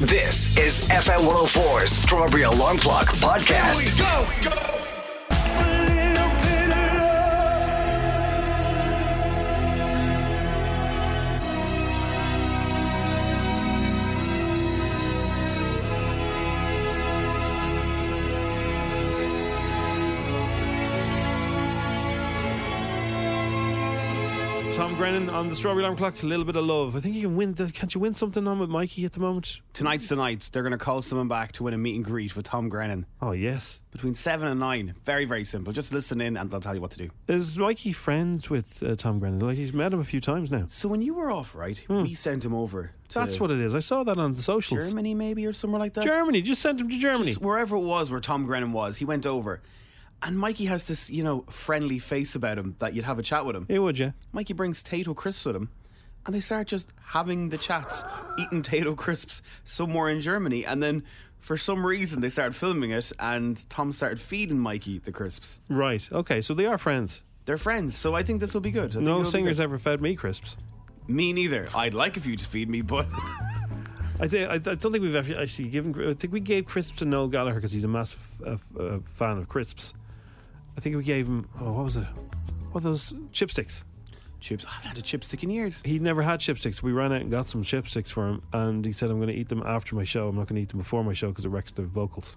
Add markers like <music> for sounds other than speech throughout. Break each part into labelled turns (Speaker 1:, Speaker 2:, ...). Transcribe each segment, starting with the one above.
Speaker 1: This is FM 104's Strawberry Alarm Clock Podcast.
Speaker 2: Tom Grennan on the Strawberry Alarm Clock. A little bit of love. I think you can win. The, can't you win something on with Mikey at the moment?
Speaker 3: Tonight's the night. They're going to call someone back to win a meet and greet with Tom Grennan
Speaker 2: Oh yes.
Speaker 3: between 7 and 9. Very, very simple. Just listen in and they'll tell you what to do.
Speaker 2: Is Mikey friends with uh, Tom Grennan? Like he's met him a few times now.
Speaker 3: So when you were off, right, we sent him over to
Speaker 2: Hmm. That's what it is. I saw that on the socials. Germany,
Speaker 3: Germany maybe or somewhere like that.
Speaker 2: just sent him to Germany.
Speaker 3: Just wherever it was where Tom Grennan was, he went over. And Mikey has this, you know, friendly face about him that you'd have a chat with him.
Speaker 2: Hey, would you?
Speaker 3: Mikey brings Tato crisps with him, and they start just having the chats, eating Tato crisps somewhere in Germany, and then for some reason they started filming it, and Tom started feeding Mikey the crisps.
Speaker 2: Right. Okay. So they are friends.
Speaker 3: They're friends, so I think this will be good. I think
Speaker 2: No
Speaker 3: it'll be
Speaker 2: singer's
Speaker 3: good.
Speaker 2: ever fed me crisps.
Speaker 3: Me neither. I'd like if you to feed me, but <laughs>
Speaker 2: I, did, I, I don't think we've actually- actually given. I think we gave crisps to Noel Gallagher because he's a massive uh, f- uh, fan of crisps. I think we gave him. Oh, what was it? What are those chipsticks?
Speaker 3: chips. I haven't had a chipstick in years.
Speaker 2: he never had chipsticks. We ran out and got some chipsticks for him, and he said, "I'm going to eat them after my show. I'm not going to eat them before my show because it wrecks the vocals."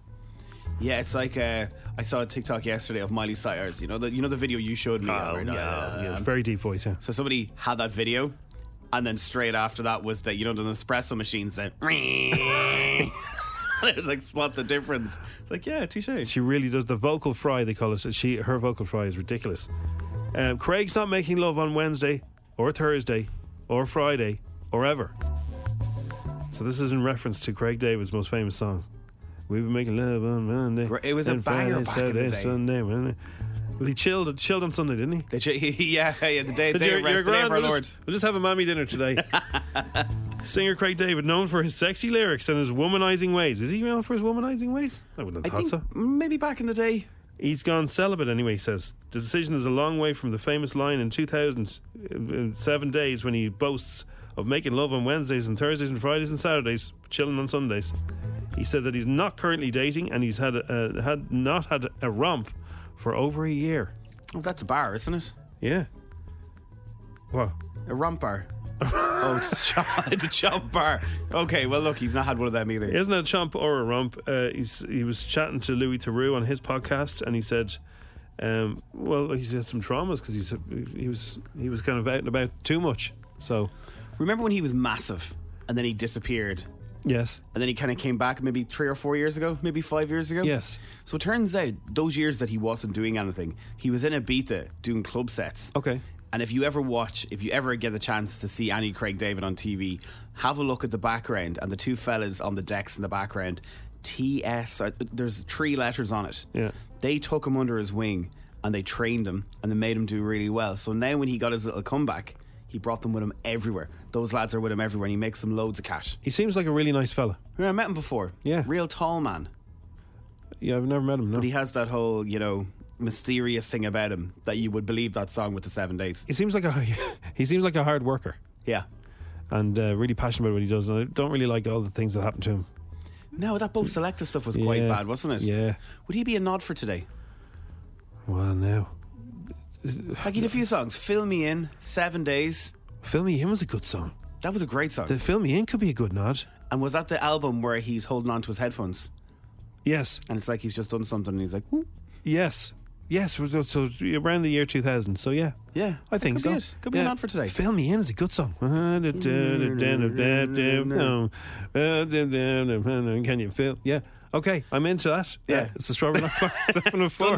Speaker 3: Yeah, it's like uh, I saw a TikTok yesterday of Miley Cyrus. You know the you know the video you showed
Speaker 2: Oh,
Speaker 3: me. Albert? Uh,
Speaker 2: yeah, very deep voice. Yeah,
Speaker 3: So somebody had that video, and then straight after that was that you know the Nespresso machines that. <laughs> And I was like, spot the difference. It's like, yeah, touche.
Speaker 2: she really does the vocal fry. They call it. She her vocal fry is ridiculous. Um, Craig's not making love on Wednesday or Thursday or Friday or ever. So this is in reference to Craig David's most famous song. We've been making love on Monday.
Speaker 3: It was a
Speaker 2: and
Speaker 3: banger
Speaker 2: Friday,
Speaker 3: back in the
Speaker 2: Saturday,
Speaker 3: day.
Speaker 2: Sunday. Monday. Well, he chilled chilled on Sunday, didn't he?
Speaker 3: They ch- <laughs> yeah, yeah, the day,
Speaker 2: Said,
Speaker 3: day
Speaker 2: "You're- you're
Speaker 3: of rest, the day of
Speaker 2: grand,
Speaker 3: our
Speaker 2: we'll
Speaker 3: Lord.
Speaker 2: Just, we'll just have a mammy dinner
Speaker 3: <laughs>
Speaker 2: today. Singer Craig David, known for his sexy lyrics and his womanizing ways. Is he known for his womanizing ways? I wouldn't
Speaker 3: I
Speaker 2: have thought
Speaker 3: think
Speaker 2: so.
Speaker 3: maybe back in the day.
Speaker 2: He's gone celibate anyway, he says. The decision is a long way from the famous line in 2000, uh, in seven days, when he boasts of making love on Wednesdays and Thursdays and Fridays and Saturdays, chilling on Sundays. He said that he's not currently dating and he's had, uh, had not had a romp for over a year.
Speaker 3: Oh, that's a bar, isn't it?
Speaker 2: Yeah. Wow.
Speaker 3: A romp bar. oh, it's a chomp, it's a chomp bar. Okay, well, look, he's not had one of them either.
Speaker 2: He isn't a chump or a rump. Uh, he's, he was chatting to Louis Theroux on his podcast, and he said, um, "Well, he's had some traumas because he's he was he was kind of out and about too much." So,
Speaker 3: Remember when he was massive and then he disappeared?
Speaker 2: yes,
Speaker 3: And then he kind of came back maybe three or four years ago, maybe five years ago.
Speaker 2: Yes.
Speaker 3: So it turns out those years that he wasn't doing anything, he was in Ibiza doing club sets.
Speaker 2: okay,
Speaker 3: And if you ever watch, if you ever get the chance to see Annie Craig David on TV, have a look at the background and the two fellas on the decks in the background. TS, uh, there's three letters on it.
Speaker 2: Yeah.
Speaker 3: They took him under his wing and they trained him and they made him do really well. So now when he got his little comeback, he brought them with him everywhere. Those lads are with him everywhere and he makes them loads of cash.
Speaker 2: he seems like a really nice fella.
Speaker 3: I met him before.
Speaker 2: Yeah.
Speaker 3: Real tall man.
Speaker 2: Yeah, I've never met him. No,
Speaker 3: But he has that whole, you know, mysterious thing about him that you would believe that song with the seven days.
Speaker 2: he seems like a <laughs> he seems like a hard worker
Speaker 3: Yeah.
Speaker 2: and uh, really passionate about what he does. And I don't really like all the things that happened to him.
Speaker 3: No, that Bo Selecta stuff was quite
Speaker 2: Yeah.
Speaker 3: bad, wasn't it?
Speaker 2: Yeah.
Speaker 3: Would he be a nod for today?
Speaker 2: Well, now,
Speaker 3: Like he did a few songs. Fill Me In, Seven Days.
Speaker 2: "Fill Me In" was a good song.
Speaker 3: That was a great song.
Speaker 2: The "Fill Me In" could be a good nod.
Speaker 3: and was that the album where he's holding on to his headphones?
Speaker 2: Yes,
Speaker 3: And it's like he's just done something and he's like, "Ooh,
Speaker 2: yes, yes. was- So around the year two thousand. So yeah.
Speaker 3: yeah.
Speaker 2: I think
Speaker 3: could
Speaker 2: so.
Speaker 3: Be it. Could be a nod for today.
Speaker 2: Fill me in is a good
Speaker 3: <laughs>
Speaker 2: song. Can you feel? Yeah. Okay, I'm into that. Uh,
Speaker 3: Yeah.
Speaker 2: it's the strawberry
Speaker 3: <laughs>
Speaker 2: Alarm Clock, seven and four.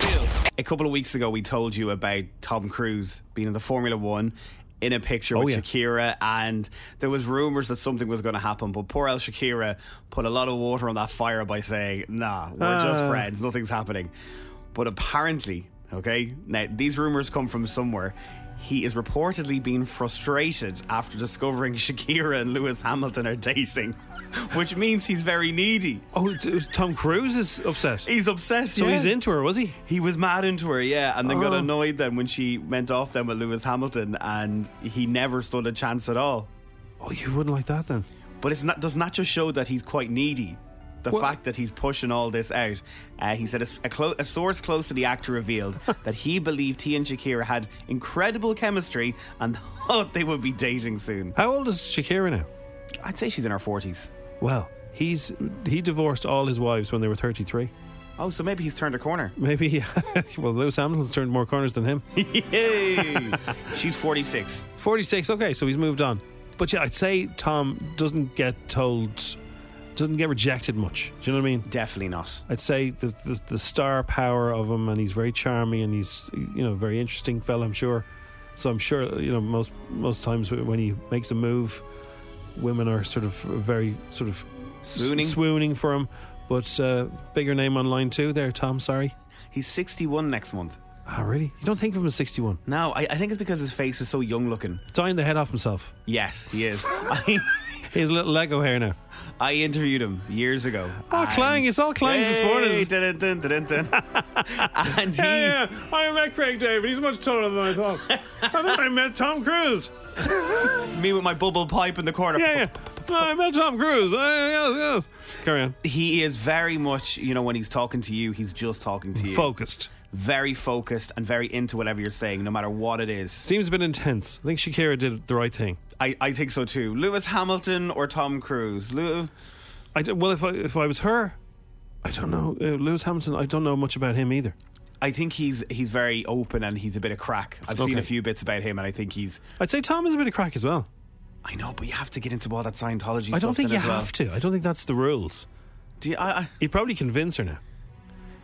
Speaker 3: a couple of weeks ago, we told you about Tom Cruise being in the Formula One in a picture with
Speaker 2: Oh, yeah.
Speaker 3: Shakira, and there was rumors that something was going to happen. But poor El Shakira put a lot of water on that fire by saying, "Nah, we're just
Speaker 2: Ah.
Speaker 3: friends. Nothing's happening." But apparently, okay, now these rumors come from somewhere. He is reportedly being frustrated after discovering <laughs> Shakira and Lewis Hamilton are dating, <laughs> which means he's very needy.
Speaker 2: Oh, it was Tom Cruise is upset.
Speaker 3: He's obsessed.
Speaker 2: So he's
Speaker 3: yeah.
Speaker 2: into her, was he?
Speaker 3: He was mad into her, yeah, and then
Speaker 2: Oh.
Speaker 3: got annoyed then when she went off then with Lewis Hamilton, and he never stood a chance at all.
Speaker 2: Oh, you wouldn't like that then.
Speaker 3: But it's not does not just show that he's quite needy. The
Speaker 2: Well-
Speaker 3: fact that he's pushing all this out, uh, he said a, s- a clo- a source close to the
Speaker 2: <laughs>
Speaker 3: actor revealed that he believed he and Shakira had incredible chemistry and <laughs> thought they would be dating soon.
Speaker 2: How old is Shakira now?
Speaker 3: I'd say she's in her forties.
Speaker 2: Well, he's he divorced all his wives when they were 33.
Speaker 3: Oh, so maybe he's turned
Speaker 2: <laughs>
Speaker 3: a corner.
Speaker 2: Maybe, well, Lewis Hamilton's turned more corners than him.
Speaker 3: Yay! she's forty-six.
Speaker 2: 46, okay, so he's moved on. But yeah, I'd say Tom doesn't get told, doesn't get rejected much. Do you know what I mean?
Speaker 3: Definitely not.
Speaker 2: I'd say the, the, the star power of him, and he's very charming, and he's you know a very interesting fella. I'm sure. So I'm sure you know most most times when he makes a move, women are sort of very sort of s-
Speaker 3: Swooning.
Speaker 2: swooning for him. But uh, bigger name online too. There, Tom. Sorry.
Speaker 3: He's sixty-one next month.
Speaker 2: Ah, really? You don't think of him as 61.
Speaker 3: No, I, I think it's because his face is so young looking.
Speaker 2: Tying the head off himself.
Speaker 3: Yes, he is. <laughs> I,
Speaker 2: He has little Lego hair now.
Speaker 3: I interviewed him years ago.
Speaker 2: Oh,
Speaker 3: and-
Speaker 2: Clang. It's all Clangs this
Speaker 3: Yay,
Speaker 2: morning.
Speaker 3: dun, dun, dun, dun, dun.
Speaker 2: <laughs>
Speaker 3: and he,
Speaker 2: I met Craig David. He's much taller than I thought. I thought I met Tom Cruise.
Speaker 3: me with my bubble pipe in the corner.
Speaker 2: yeah, yeah. No, I met Tom Cruise. Uh, yes, yes. Carry on.
Speaker 3: He is very much, you know, when he's talking to you, he's just talking to you.
Speaker 2: Focused.
Speaker 3: Very focused and very into whatever you're saying, no matter what it is.
Speaker 2: Seems a bit intense. I think Shakira did the right thing.
Speaker 3: I, I think so too. Lewis Hamilton or Tom Cruise? Lew-
Speaker 2: I d- well, if I, if I was her, I don't know. Uh, Lewis Hamilton, I don't know much about him either.
Speaker 3: I think he's he's very open and he's a bit of crack. I've seen
Speaker 2: Okay.
Speaker 3: a few bits about him, and I think he's.
Speaker 2: I'd say Tom is a bit of crack as well.
Speaker 3: I know, but you have to get into all that Scientology.
Speaker 2: I don't
Speaker 3: stuff
Speaker 2: think
Speaker 3: then
Speaker 2: you
Speaker 3: as well.
Speaker 2: have to. I don't think that's the rules.
Speaker 3: Do you, I, I,
Speaker 2: He'd probably convince her now.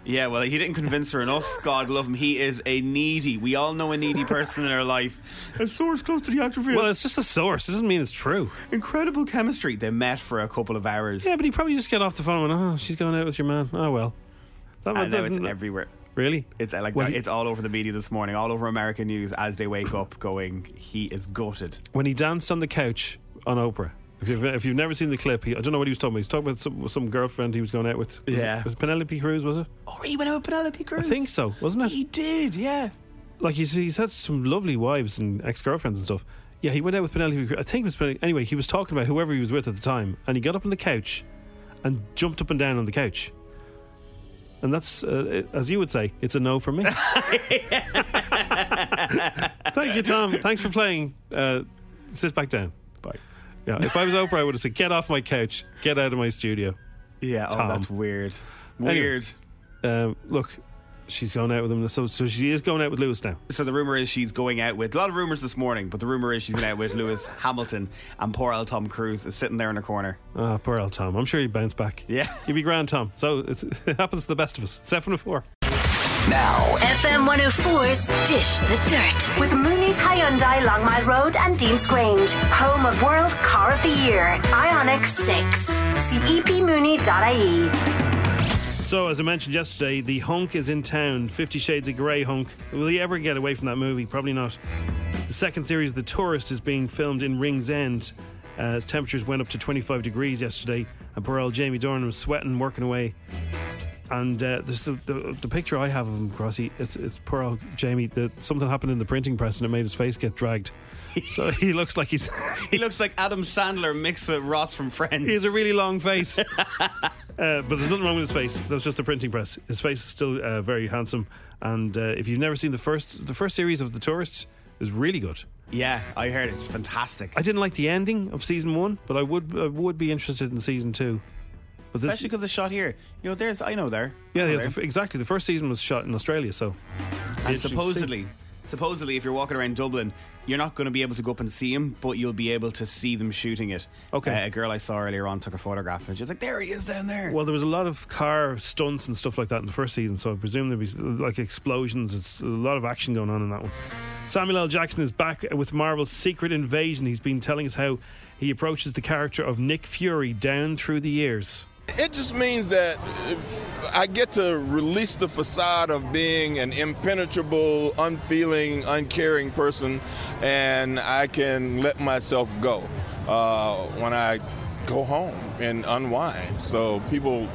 Speaker 3: yeah, well, he didn't convince her <laughs> enough. God love him. He is a needy. We all know a needy person in our life. A source close to the actor field.
Speaker 2: Well, it's just a source. It doesn't mean it's true.
Speaker 3: incredible chemistry. They met for a couple of hours.
Speaker 2: Yeah, but he probably just get off the phone and oh, she's going out with your man. Oh well. That
Speaker 3: I
Speaker 2: would-
Speaker 3: know it's
Speaker 2: that-
Speaker 3: everywhere.
Speaker 2: really.
Speaker 3: It's uh, like
Speaker 2: Well,
Speaker 3: that-
Speaker 2: he-
Speaker 3: it's all over the media this morning, all over American news as they wake <coughs> up going, he is gutted.
Speaker 2: when he danced on the couch on Oprah. If you've, if you've never seen the clip, he, I don't know what he was talking about. He was talking about some, some girlfriend he was going out with. Was
Speaker 3: Yeah.
Speaker 2: It, was it Penelope Cruz, was it?
Speaker 3: Oh, he went out with Penelope Cruz.
Speaker 2: I think so, wasn't it?
Speaker 3: He did, yeah.
Speaker 2: like, he's, he's had some lovely wives and ex girlfriends and stuff. Yeah, he went out with Penelope Cruz. I think it was Penelope. Anyway, he was talking about whoever he was with at the time, and he got up on the couch and jumped up and down on the couch. And that's, uh, it- as you would say, it's a no for me. Thank you, Tom. Thanks for playing. Uh, sit back down.
Speaker 3: Bye.
Speaker 2: Yeah, if I was Oprah, I would have said, "Get off my couch, get out of my studio."
Speaker 3: Yeah, oh,
Speaker 2: Tom.
Speaker 3: that's weird.
Speaker 2: Anyway.
Speaker 3: Weird.
Speaker 2: Um, look, she's going out with him, so so she is going out with Lewis now.
Speaker 3: So the rumor is she's going out with a lot of rumors this morning, but the rumor is she's going <laughs> out with Lewis Hamilton and poor old Tom Cruise is sitting there in a corner.
Speaker 2: Ah, poor old Tom. I'm sure he'd bounce back.
Speaker 3: Yeah.
Speaker 2: <laughs> he'd be grand, Tom. So it, it happens to the best of us. Seven to four.
Speaker 1: Now,
Speaker 4: FM 104's Dish the Dirt with Mooney's Hyundai Long Mile Road and Dean's Grange, home of World Car of the Year, Ionic 6. See E epmooney.ie.
Speaker 2: So as I mentioned yesterday, the hunk is in town. Fifty Shades of Grey hunk. Will he ever get away from that movie? Probably not. The second series, The Tourist, is being filmed in Ringsend. uh, As temperatures went up to 25 degrees yesterday, and poor old Jamie Dornan was sweating, working away. And uh, there's the, the, the picture I have of him, Crossy, it's, it's poor old Jamie. The, something happened in the printing press and it made his face get dragged. So he looks like he's
Speaker 3: He looks like Adam Sandler mixed with Ross from Friends.
Speaker 2: he has a really long face. <laughs> uh, but there's nothing wrong with his face. That's just the printing press. His face is still uh, very handsome. And uh, if you've never seen the first, the first series of The Tourist is really good.
Speaker 3: yeah, I heard it's fantastic.
Speaker 2: I didn't like the ending of season one, but I would I would be interested in season two. But this,
Speaker 3: Especially because the shot here. You know, there's, I know there.
Speaker 2: yeah,
Speaker 3: I know
Speaker 2: yeah,
Speaker 3: there.
Speaker 2: the, exactly. The first season was shot in Australia, so
Speaker 3: And
Speaker 2: interesting to see.
Speaker 3: supposedly, supposedly, if you're walking around Dublin, you're not going to be able to go up and see him, but you'll be able to see them shooting it.
Speaker 2: Okay.
Speaker 3: Uh, a girl I saw earlier on took a photograph, and she's like, "There he is down there."
Speaker 2: Well, there was a lot of car stunts and stuff like that in the first season, so I presume there'd be like explosions. It's a lot of action going on in that one. Samuel L. Jackson is back with Marvel's Secret Invasion. He's been telling us how he approaches the character of Nick Fury down through the years.
Speaker 5: It just means that if I get to release the facade of being an impenetrable, unfeeling, uncaring person, and I can let myself go uh, when I go home and unwind. So people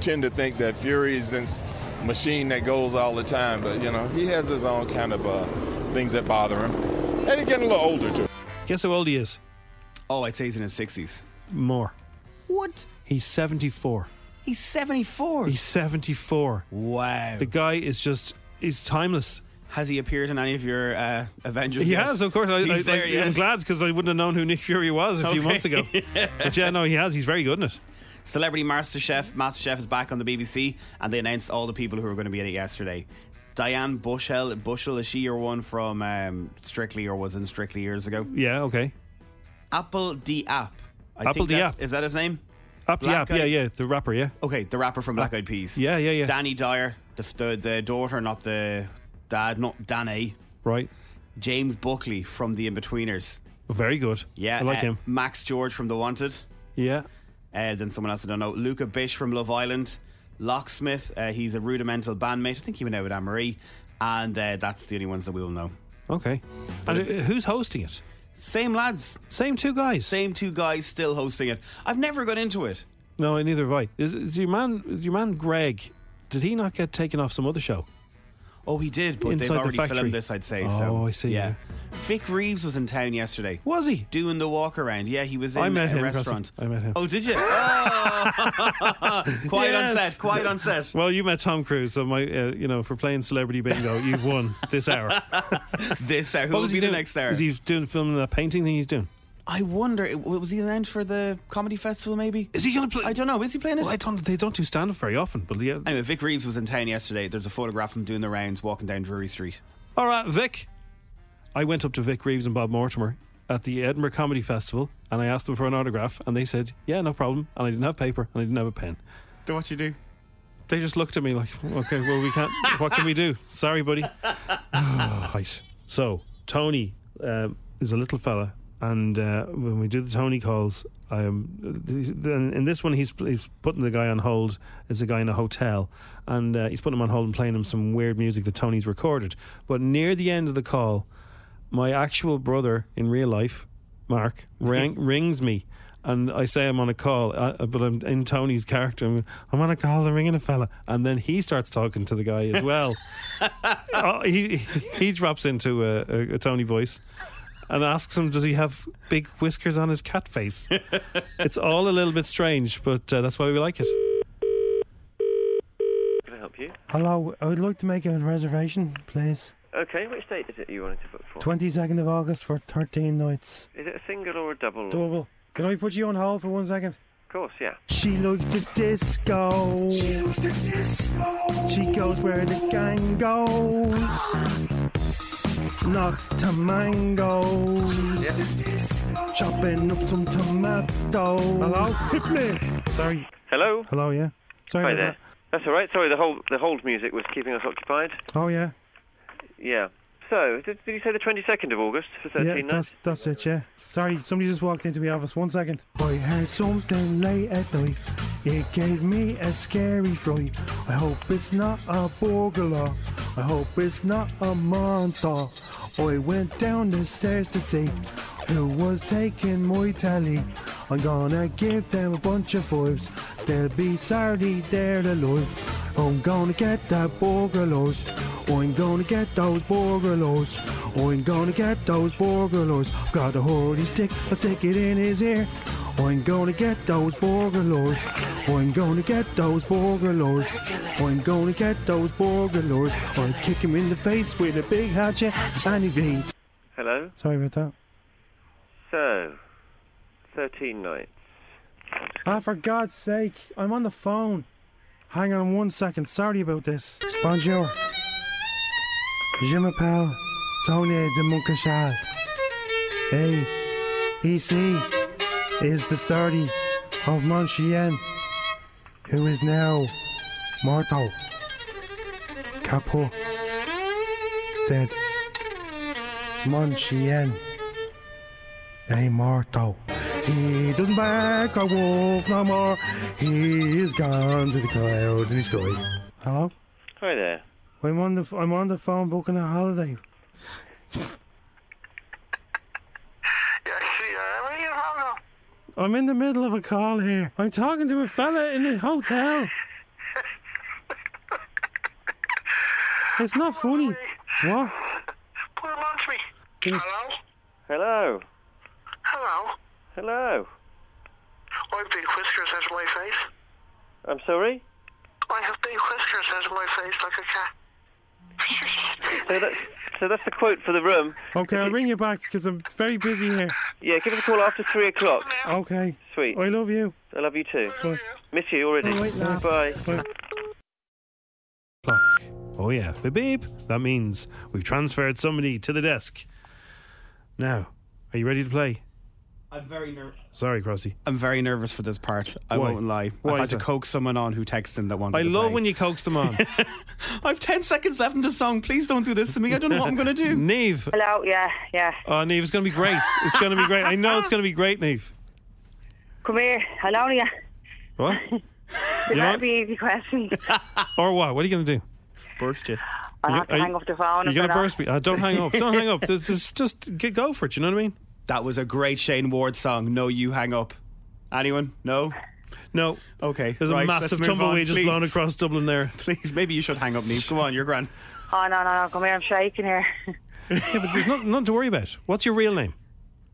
Speaker 5: tend to think that Fury is this machine that goes all the time, but you know he has his own kind of uh, things that bother him, and he's getting a little older too.
Speaker 2: Guess how old he is?
Speaker 3: oh, I'd say he's in his sixties.
Speaker 2: Moore.
Speaker 3: What?
Speaker 2: He's 74.
Speaker 3: He's 74.
Speaker 2: He's 74.
Speaker 3: wow.
Speaker 2: The guy is just, he's timeless.
Speaker 3: Has he appeared in any of your uh, Avengers?
Speaker 2: He
Speaker 3: yet?
Speaker 2: has, of course. I,
Speaker 3: He's
Speaker 2: I,
Speaker 3: there,
Speaker 2: I, I'm
Speaker 3: yes.
Speaker 2: glad because I wouldn't have known who Nick Fury was a few
Speaker 3: Okay.
Speaker 2: months ago. But <laughs> yeah, no, he has. He's very good in it.
Speaker 3: Celebrity MasterChef. MasterChef is back on the BBC, and they announced all the people who were going to be in it yesterday. Diane Bushell, Bushell is she your one from um, Strictly or was in Strictly years ago?
Speaker 2: Yeah, okay.
Speaker 3: Apple D App.
Speaker 2: Apple
Speaker 3: that's-
Speaker 2: Diop.
Speaker 3: Is that his name?
Speaker 2: Up the
Speaker 3: Black
Speaker 2: app, yeah,
Speaker 3: guy.
Speaker 2: yeah. The rapper, yeah.
Speaker 3: Okay, the rapper from Black Eyed Peas.
Speaker 2: Yeah, yeah, yeah.
Speaker 3: Danny Dyer, the, the, the daughter, not the dad, not Danny.
Speaker 2: Right.
Speaker 3: James Buckley from The Inbetweeners.
Speaker 2: Very good.
Speaker 3: Yeah,
Speaker 2: I like
Speaker 3: uh,
Speaker 2: him.
Speaker 3: Max George from The Wanted.
Speaker 2: Yeah.
Speaker 3: Uh, then someone else I don't know. Luca Bish from Love Island. Locksmith, uh, he's a rudimental bandmate. I think he went out with Anne Marie. And uh, that's the only ones that we'll know.
Speaker 2: Okay. And uh, who's hosting it?
Speaker 3: Same lads,
Speaker 2: Same two guys.
Speaker 3: same two guys still hosting it. I've never got into it.
Speaker 2: No, neither have I. Is, is your man, your man Greg? Did he not get taken off some other show?
Speaker 3: Oh, he did, but
Speaker 2: Inside
Speaker 3: they've
Speaker 2: the
Speaker 3: already
Speaker 2: factory.
Speaker 3: filmed this, I'd say.
Speaker 2: Oh,
Speaker 3: so.
Speaker 2: I see, yeah.
Speaker 3: Vic Reeves was in town yesterday.
Speaker 2: Was he?
Speaker 3: Doing the walk around. Yeah, he was in
Speaker 2: I met
Speaker 3: a
Speaker 2: him,
Speaker 3: restaurant.
Speaker 2: Preston. I met him.
Speaker 3: Oh,
Speaker 2: <laughs>
Speaker 3: did you? Oh! <laughs> quiet on
Speaker 2: Yes.
Speaker 3: set, quiet on set.
Speaker 2: Well, you met Tom Cruise, so my, uh, you know, for playing celebrity <laughs> bingo, you've won this hour.
Speaker 3: This hour. Who
Speaker 2: What
Speaker 3: will
Speaker 2: was
Speaker 3: be
Speaker 2: he
Speaker 3: the
Speaker 2: doing?
Speaker 3: next hour?
Speaker 2: Is he doing filming that painting thing he's doing?
Speaker 3: I wonder, it- was he announced for the comedy festival maybe?
Speaker 2: Is he going to play?
Speaker 3: I don't know. Is he playing it?
Speaker 2: Well, I don't. They don't do stand up very often, but yeah.
Speaker 3: Anyway, Vic Reeves was in town yesterday. There's a photograph of him doing the rounds walking down Drury Street.
Speaker 2: All right, Vic. I went up to Vic Reeves and Bob Mortimer at the Edinburgh Comedy Festival, and I asked them for an autograph, and they said, "Yeah, no problem." And I didn't have paper, and I didn't have a pen.
Speaker 3: Do what you do.
Speaker 2: They just looked at me like, okay, well, we can't. what can we do? Sorry, buddy. Oh, right. So, Tony um, is a little fella. And uh, when we do the Tony calls, I am, then in this one, he's, he's putting the guy on hold. It's a guy in a hotel. And uh, he's putting him on hold and playing him some weird music that Tony's recorded. But near the end of the call, my actual brother in real life, Mark, ring, rings me. And I say I'm on a call, uh, but I'm in Tony's character. I'm, I'm on a call, I'm ringing a fella. And then he starts talking to the guy as well. oh, he, he drops into a, a, a Tony voice and asks him, does he have big whiskers on his cat face? it's all a little bit strange, but uh, that's why we like it.
Speaker 6: Can I help you?
Speaker 7: Hello, I would like to make a reservation, please.
Speaker 6: Okay, which date is it you wanted to book for?
Speaker 7: 22nd of August for 13 nights.
Speaker 6: Is it a single or a double? of
Speaker 7: Double. Can I put you on hold for one second?
Speaker 6: course, yeah.
Speaker 7: She likes the disco. She likes the disco. She goes where the gang goes. Not to mangoes. Chopping up some tomatoes. Hello? Hit me. Sorry.
Speaker 6: Hello.
Speaker 7: Hello, yeah. Sorry
Speaker 6: Hi
Speaker 7: about
Speaker 6: there. That's all right. Sorry, the hold the hold music was keeping us occupied.
Speaker 7: that. Oh, yeah.
Speaker 6: Yeah. So, did, did you say the 22nd of August for 13
Speaker 7: Yeah,
Speaker 6: nights?
Speaker 7: that's, that's it, yeah. Sorry, somebody just walked into my office. One second. I heard something late at night. It gave me a scary fright. I hope it's not a burglar. I hope it's not a monster. I went down the stairs to see who was taking my telly. I'm gonna give them a bunch of fives. They'll be sorry they're alive. I'm gonna get that burglars. I'm gonna get those burglars. I'm gonna get those burglars. Got a hoodie stick, I'll stick it in his ear. I'm gonna get those burglars. I'm gonna get those burglars. I'm gonna get those burglars. I'll kick him in the face with a big hatchet and he'd be.
Speaker 6: Hello.
Speaker 7: Sorry about that.
Speaker 6: So, 13 nights.
Speaker 7: Ah, for God's sake, I'm on the phone. Hang on one second. Sorry about this. Bonjour. Je m'appelle Tony de Montcachal. Hey, EC is the story of Monchien, who is now mortal. Capo. Dead. Monchien. A mortal. He doesn't back a wolf no more. He is gone to the cloud in the sky. Hello?
Speaker 6: Hi there.
Speaker 7: I'm on the I'm on the phone booking a holiday. I'm in the middle of a call here. I'm talking to a fella in a hotel. It's not funny. What?
Speaker 8: Put him on to me.
Speaker 7: Can you-
Speaker 8: Hello?
Speaker 6: Hello.
Speaker 8: Hello?
Speaker 6: Hello.
Speaker 9: I've big whiskers out of my face.
Speaker 6: I'm sorry?
Speaker 9: I have big whiskers out of my face like a cat.
Speaker 6: So, that, so that's the quote for the room.
Speaker 10: Okay, I'll ring you back because I'm very busy here.
Speaker 6: Yeah, give us a call after three o'clock.
Speaker 10: Okay.
Speaker 6: Sweet.
Speaker 10: I love you.
Speaker 6: I love you too.
Speaker 10: Bye.
Speaker 6: Miss you already.
Speaker 10: Oh, wait, no.
Speaker 6: Bye.
Speaker 10: Bye.
Speaker 2: Clock. Oh yeah, beep beep. That means we've transferred somebody to the desk. Now, are you ready to play?
Speaker 3: I'm very nervous.
Speaker 2: Sorry, Crosby.
Speaker 3: I'm very nervous for this part. I
Speaker 2: Why?
Speaker 3: won't lie.
Speaker 2: Why
Speaker 3: I've
Speaker 2: is
Speaker 3: had to
Speaker 2: that?
Speaker 3: coax someone on who texted him that wanted
Speaker 2: I
Speaker 3: to
Speaker 2: love
Speaker 3: play.
Speaker 2: when you coax them
Speaker 3: <laughs>
Speaker 2: on.
Speaker 3: I've 10 seconds left in the song. Please don't do this to me. I don't know what I'm going to do.
Speaker 2: Neve.
Speaker 7: Hello, yeah, yeah.
Speaker 2: Oh, Neve, it's going to be great. It's going to be great. I know it's going to be great, Neve.
Speaker 7: Come here. Hello, yeah. <laughs>
Speaker 2: What? You
Speaker 7: That'd
Speaker 2: know,
Speaker 7: be
Speaker 2: <laughs>
Speaker 7: easy question.
Speaker 2: or what? What are you going to do?
Speaker 3: <laughs> Burst you.
Speaker 7: I'll
Speaker 2: You-
Speaker 7: have to
Speaker 2: are you-
Speaker 7: hang up the phone.
Speaker 2: You're
Speaker 7: and
Speaker 2: going to
Speaker 7: put on-
Speaker 2: burst me. Uh, don't hang up. Don't hang
Speaker 7: <laughs>
Speaker 2: up. This is just get, go for it. You know what I mean?
Speaker 3: That was a great Shane Ward song. No, you hang up. Anyone? No?
Speaker 2: No.
Speaker 3: Okay.
Speaker 2: There's a
Speaker 3: right,
Speaker 2: massive
Speaker 3: let's move
Speaker 2: tumbleweed
Speaker 3: on,
Speaker 2: just
Speaker 3: please.
Speaker 2: blown across Dublin there.
Speaker 3: <laughs> Please, maybe you should hang up, Neve. Come on, you're grand.
Speaker 7: Oh, no, no, no. Come here. I'm shaking here. <laughs>
Speaker 2: Yeah, but there's nothing, nothing to worry about. What's your real name?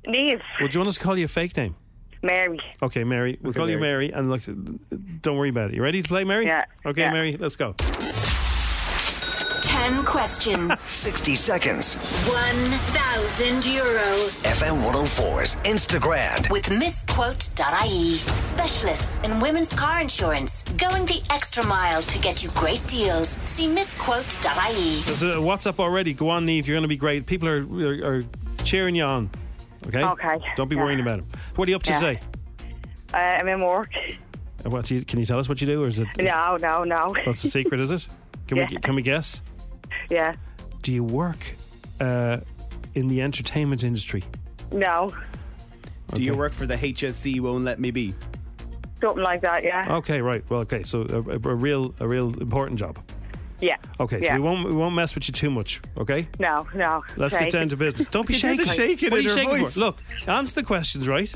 Speaker 7: Neve,
Speaker 2: Would you want us to call you a fake name?
Speaker 7: Mary.
Speaker 2: Okay, Mary. We'll call you Mary, and look, don't worry about it. You ready to play, Mary?
Speaker 7: Yeah,
Speaker 2: Okay,
Speaker 7: yeah.
Speaker 2: Mary, let's go.
Speaker 11: <laughs>
Speaker 4: 10 questions,
Speaker 1: 60 seconds.
Speaker 4: 1,000 euro.
Speaker 1: FM 104's Instagram.
Speaker 4: with misquote.ie. E. Specialists in women's car insurance, going the extra mile to get you great deals. See misquote.ie.
Speaker 2: There's a WhatsApp already. Go on, Neve. You're going to be great. People are, are, are cheering you on. Okay?
Speaker 7: Okay,
Speaker 2: Don't be
Speaker 7: yeah.
Speaker 2: worrying about it. What are you up to
Speaker 7: Yeah.
Speaker 2: today?
Speaker 7: Uh, I'm in work.
Speaker 2: Uh, What do you, can you tell us what you do, or is it
Speaker 7: No, no, no.
Speaker 2: <laughs> that's a secret? Is it? Can we
Speaker 7: Yeah.
Speaker 2: can we guess?
Speaker 7: Yeah.
Speaker 2: Do you work uh, in the entertainment industry?
Speaker 7: No.
Speaker 3: Do you
Speaker 2: Okay.
Speaker 3: work for the HSC Won't Let Me Be?
Speaker 7: Something like that, yeah.
Speaker 2: Okay, right. Well, okay. So a, a- a real a real important job.
Speaker 7: Yeah.
Speaker 2: Okay,
Speaker 7: yeah.
Speaker 2: so we won't we won't mess with you too much. Okay.
Speaker 7: No, no.
Speaker 2: Let's get down to business. Don't
Speaker 7: <laughs>
Speaker 2: be
Speaker 3: You hear the
Speaker 2: shaking.
Speaker 3: shaking
Speaker 2: what are
Speaker 3: in
Speaker 2: you
Speaker 3: her
Speaker 2: shaking
Speaker 3: voice.
Speaker 2: for? Look, answer the questions right.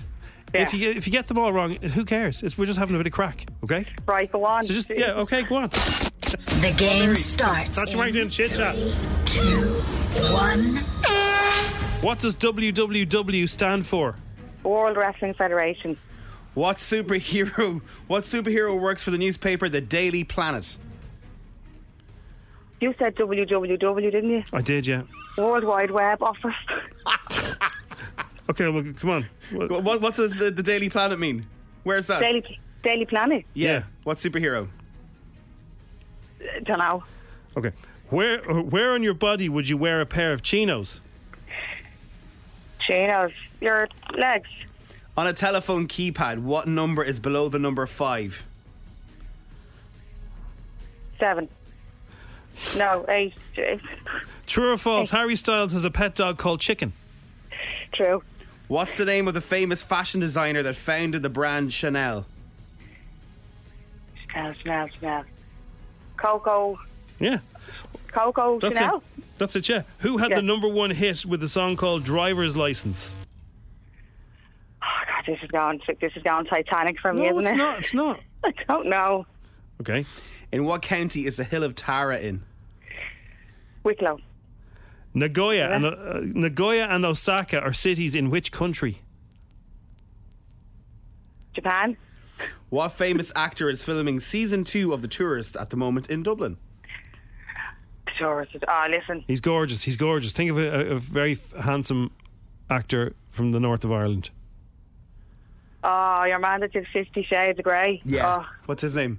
Speaker 7: Yeah.
Speaker 2: If you if you get them all wrong, who cares? It's, we're just having a bit of crack. Okay.
Speaker 7: Right, go on.
Speaker 2: So just yeah. Okay, go on.
Speaker 4: The game starts.
Speaker 2: That's right in chit chat.
Speaker 4: Two, one.
Speaker 2: What does WWW stand for?
Speaker 7: World Wrestling Federation.
Speaker 3: What superhero? <laughs> What superhero works for the newspaper The Daily Planet?
Speaker 7: You said WWW, didn't you?
Speaker 2: I did, yeah.
Speaker 7: World Wide Web Office.
Speaker 2: Okay, well, come on. What-
Speaker 3: What, what, what does the, the Daily Planet mean? Where's that?
Speaker 7: Daily, Daily Planet.
Speaker 3: yeah.
Speaker 2: Yeah.
Speaker 3: What superhero?
Speaker 7: Don't know.
Speaker 2: Okay, where where on your body would you wear a pair of chinos?
Speaker 7: Chinos. Your legs.
Speaker 3: On a telephone keypad, what number is below the number five?
Speaker 7: Seven. No, eight. Eight.
Speaker 2: True or false? Harry Styles has a pet dog called Chicken.
Speaker 7: True.
Speaker 3: What's the name of the famous fashion designer that founded the brand Chanel?
Speaker 7: Chanel, Chanel, Chanel. Coco,
Speaker 2: Yeah,
Speaker 7: Coco,
Speaker 2: that's
Speaker 7: Chanel.
Speaker 2: it. That's it. Yeah. Who had
Speaker 7: Yeah.
Speaker 2: the number one hit with the song called "Driver's License"?
Speaker 7: Oh, God, this is going, this is going Titanic for me,
Speaker 2: no,
Speaker 7: isn't
Speaker 2: it's
Speaker 7: it?
Speaker 2: not. It's not.
Speaker 7: I don't know.
Speaker 2: Okay.
Speaker 3: In what county is the Hill of Tara in?
Speaker 7: Wicklow,
Speaker 2: Nagoya and uh, Nagoya and Osaka are cities in which country?
Speaker 7: Japan.
Speaker 3: What famous <laughs> actor is filming season two of The Tourist at the moment in Dublin?
Speaker 7: Sure. Oh, listen.
Speaker 2: He's gorgeous. He's gorgeous. Think of a, a very f- handsome actor from the north of Ireland.
Speaker 7: Oh, your man that did Fifty Shades of Grey.
Speaker 3: What's his name?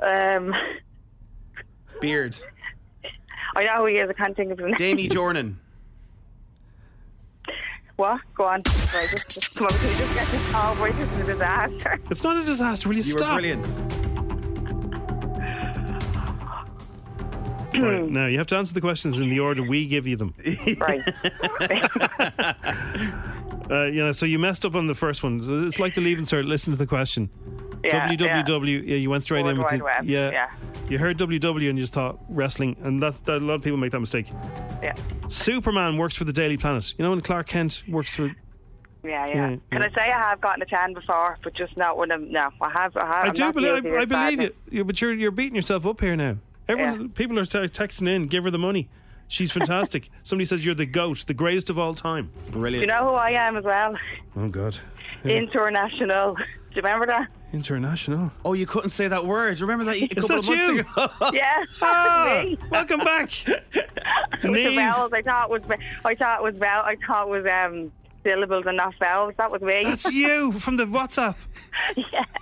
Speaker 7: Oh, um,
Speaker 3: Beard.
Speaker 7: I know who he is. I can't think of his name.
Speaker 2: <laughs>
Speaker 3: Jamie Jornan.
Speaker 7: What? Go on. Right, just, just come on. Can we just get this? Oh, boy, this is a disaster.
Speaker 2: It's not a disaster. Will you,
Speaker 3: You
Speaker 2: stop?
Speaker 3: were brilliant.
Speaker 2: Right, now you have to answer the questions in the order we give you
Speaker 7: <laughs>
Speaker 2: them.
Speaker 7: right.
Speaker 2: Uh, you know, so you messed up on the first one. So It's like the leaving cert. Listen to the question.
Speaker 7: Yeah,
Speaker 2: WWW. Yeah. you went straight
Speaker 7: World
Speaker 2: in with
Speaker 7: Wide
Speaker 2: the-
Speaker 7: Web,
Speaker 2: Yeah,
Speaker 7: yeah.
Speaker 2: You heard WW and you just thought wrestling, and that, that a lot of people make that mistake.
Speaker 7: Yeah.
Speaker 2: Superman works for the Daily Planet. You know, when Clark Kent works for.
Speaker 7: Yeah,
Speaker 2: Yeah,
Speaker 7: yeah. yeah. Can
Speaker 2: Mm, yeah.
Speaker 7: I say I have gotten a tan before, but just not when I'm. No, I have. I have.
Speaker 2: i
Speaker 7: I'm
Speaker 2: do
Speaker 7: not
Speaker 2: believe.
Speaker 7: guilty
Speaker 2: I, I
Speaker 7: of badness.
Speaker 2: believe it. Yeah, but you're you're beating yourself up here now. Everyone,
Speaker 7: Yeah.
Speaker 2: people are te- texting in. Give her the money. She's
Speaker 7: <laughs>
Speaker 2: fantastic. Somebody says you're the goat, the greatest of all time.
Speaker 3: Brilliant.
Speaker 2: <laughs>
Speaker 7: You know who I am as well?
Speaker 2: Oh God.
Speaker 7: International. Do you remember that?
Speaker 2: International.
Speaker 3: Oh, you couldn't say that word.
Speaker 2: <laughs>
Speaker 3: Remember that a
Speaker 2: Is
Speaker 3: couple
Speaker 2: that
Speaker 3: of months
Speaker 2: you?
Speaker 3: ago? <laughs>
Speaker 7: Yeah, <laughs>
Speaker 2: Ah,
Speaker 7: me.
Speaker 2: welcome back.
Speaker 7: With the
Speaker 2: Niamh.
Speaker 7: vowels, I thought was I thought was vowel, I thought was um syllables and not vowels. That was me.
Speaker 2: That's you from the WhatsApp.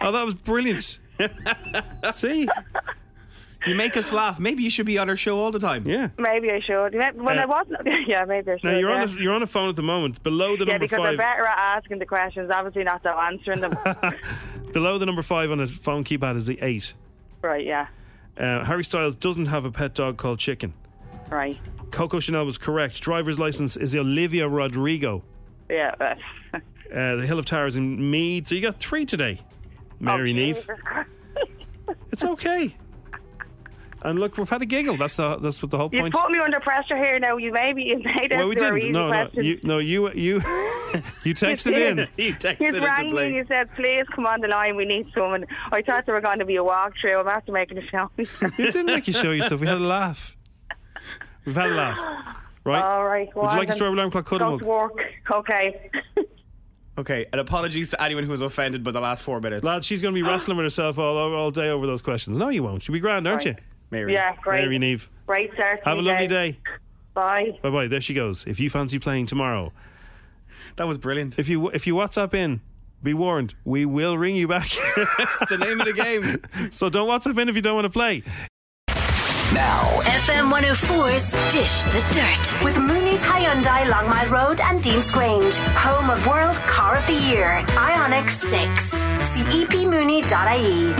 Speaker 2: Oh, that was brilliant. See?
Speaker 3: You make us laugh. Maybe you should be on our show all the time.
Speaker 2: Yeah.
Speaker 7: <laughs> Maybe I should. You know, When
Speaker 2: Uh,
Speaker 7: I wasn't, <laughs> yeah, maybe I should.
Speaker 2: Now you're
Speaker 7: yeah.
Speaker 2: on a, you're on a phone at the moment. Below the
Speaker 7: yeah,
Speaker 2: number
Speaker 7: because I'm
Speaker 2: five,
Speaker 7: better at asking the questions, obviously not so
Speaker 2: <laughs>
Speaker 7: answering them.
Speaker 2: below the number five on a phone keypad is the eight.
Speaker 7: right, yeah,
Speaker 2: Uh, Harry Styles doesn't have a pet dog called Chicken.
Speaker 7: right,
Speaker 2: Coco Chanel was correct. Driver's license is Olivia Rodrigo.
Speaker 7: yeah. <laughs> But,
Speaker 2: Uh, the Hill of Towers in Mead. So you got three today, Mary
Speaker 7: Oh,
Speaker 2: Neve.
Speaker 7: Jesus <laughs> Christ.
Speaker 2: It's okay. And look, we've had a giggle. That's the that's what the whole
Speaker 7: You
Speaker 2: point.
Speaker 7: put me under pressure here now. You maybe <laughs> you made it
Speaker 2: well, we
Speaker 7: to a
Speaker 2: didn't.
Speaker 7: easy
Speaker 2: No, no,
Speaker 7: question.
Speaker 2: you, no, you, <laughs> you, you texted
Speaker 7: did.
Speaker 2: in.
Speaker 3: <laughs> He texted
Speaker 7: You
Speaker 3: it to
Speaker 7: rang me and
Speaker 3: play.
Speaker 7: you said, please come on the line, we need someone. I thought there were going to be a walkthrough. I'm after making a show.
Speaker 2: You didn't make you show yourself. We had a laugh. We've had a laugh, <laughs> right?
Speaker 7: All right. Well,
Speaker 2: Would you like a
Speaker 7: then
Speaker 2: strawberry alarm clock cuddle
Speaker 7: Go to
Speaker 2: mug?
Speaker 7: work. Okay. <laughs>
Speaker 3: Okay, and apologies to anyone who was offended by the last four minutes.
Speaker 2: Lad, she's going to be wrestling with herself all over all day over those questions. No, you won't. You'll be grand, aren't
Speaker 7: Right.
Speaker 2: you?
Speaker 3: Mary.
Speaker 7: yeah, great.
Speaker 2: Mary Neve.
Speaker 7: Great start. to
Speaker 2: Have a
Speaker 7: me,
Speaker 2: lovely
Speaker 7: guys.
Speaker 2: day.
Speaker 7: Bye.
Speaker 2: Bye bye. There she goes. If you fancy playing tomorrow,
Speaker 3: That was brilliant.
Speaker 2: if you if you WhatsApp in, be warned, we will ring you back. <laughs>
Speaker 3: the name of the game.
Speaker 2: so don't WhatsApp in if you don't want to play.
Speaker 1: Now,
Speaker 4: FM 104's Dish the Dirt with Mooney's Hyundai Long My Road and Dean's Grange, home of World Car of the Year, Ionic 6. See E epmooney.ie.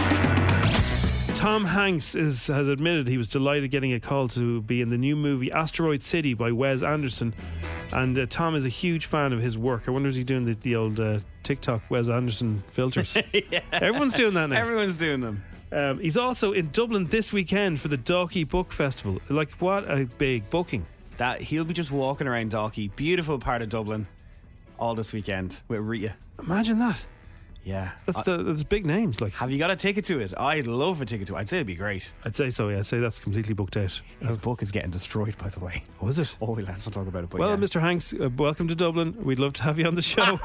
Speaker 2: Tom Hanks is, has admitted he was delighted getting a call to be in the new movie Asteroid City by Wes Anderson. And uh, Tom is a huge fan of his work. I wonder is he doing the, the old uh, TikTok Wes Anderson
Speaker 3: <laughs>
Speaker 2: filters? Everyone's doing that now.
Speaker 3: Everyone's doing them.
Speaker 2: Um, he's also in Dublin this weekend for the Docky Book Festival. Like, what a big booking!
Speaker 3: That he'll be just walking around Docky, beautiful part of Dublin, all this weekend with Rita.
Speaker 2: Imagine that.
Speaker 3: Yeah.
Speaker 2: That's
Speaker 3: I-
Speaker 2: the that's big names. Like,
Speaker 3: have you got a ticket to it? I'd love a ticket to it. I'd say it'd be great.
Speaker 2: I'd say so. Yeah, I'd say that's completely booked out.
Speaker 3: His book is getting destroyed, by the way. <laughs>
Speaker 2: Was it?
Speaker 3: Oh, we'll have to talk about it. But
Speaker 2: Well,
Speaker 3: yeah.
Speaker 2: Mr. Hanks, uh, welcome to Dublin. We'd love to have you on the
Speaker 3: <laughs>
Speaker 2: show.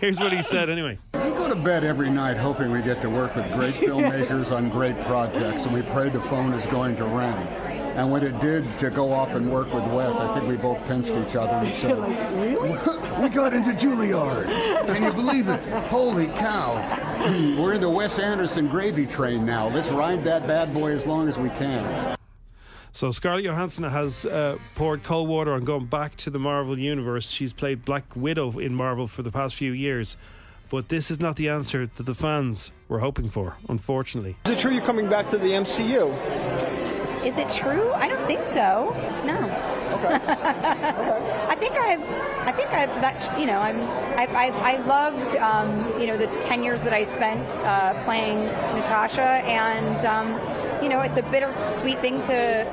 Speaker 2: Here's what he said, anyway.
Speaker 12: We go to bed every night hoping we get to work with great filmmakers on great projects, and we pray the phone is going to ring. And when it did to go off and work with Wes, I think we both pinched each other and said, <laughs> We got into Juilliard. Can you believe it? Holy cow. <clears throat> Hmm, We're in the Wes Anderson gravy train now. Let's ride that bad boy as long as we can.
Speaker 2: So Scarlett Johansson has uh, poured cold water on going back to the Marvel universe. She's played Black Widow in Marvel for the past few years, but this is not the answer that the fans were hoping for. Unfortunately,
Speaker 12: Is it true you're coming back to the MCU?
Speaker 13: Is it true? I don't think so. No. <laughs> I think I, I think I, that, you know, I'm, I, I, I loved, um, you know, the ten years that I spent uh, playing Natasha, and um, you know, it's a bittersweet thing to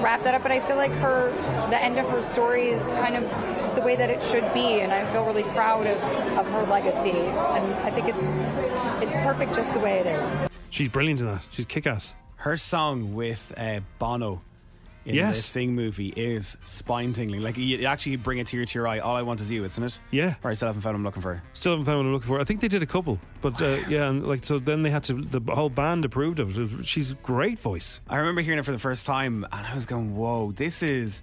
Speaker 13: wrap that up. But I feel like her, the end of her story is kind of it's the way that it should be, and I feel really proud of, of her legacy, and I think it's, it's perfect just the way it is.
Speaker 2: she's brilliant in that. She's kick-ass.
Speaker 3: her song with uh, Bono in
Speaker 2: Yes.
Speaker 3: the Sing movie is spine tingling. Like you you actually bring a tear to your eye. All I want is you, isn't it?
Speaker 2: Yeah.
Speaker 3: Or I still haven't found what I'm looking for.
Speaker 2: Still haven't found what I'm looking for. I think they did a couple, but uh, yeah, and like so. Then they had to. The whole band approved of it. it. was- She's great voice.
Speaker 3: I remember hearing it for the first time, and I was going, "Whoa, this is."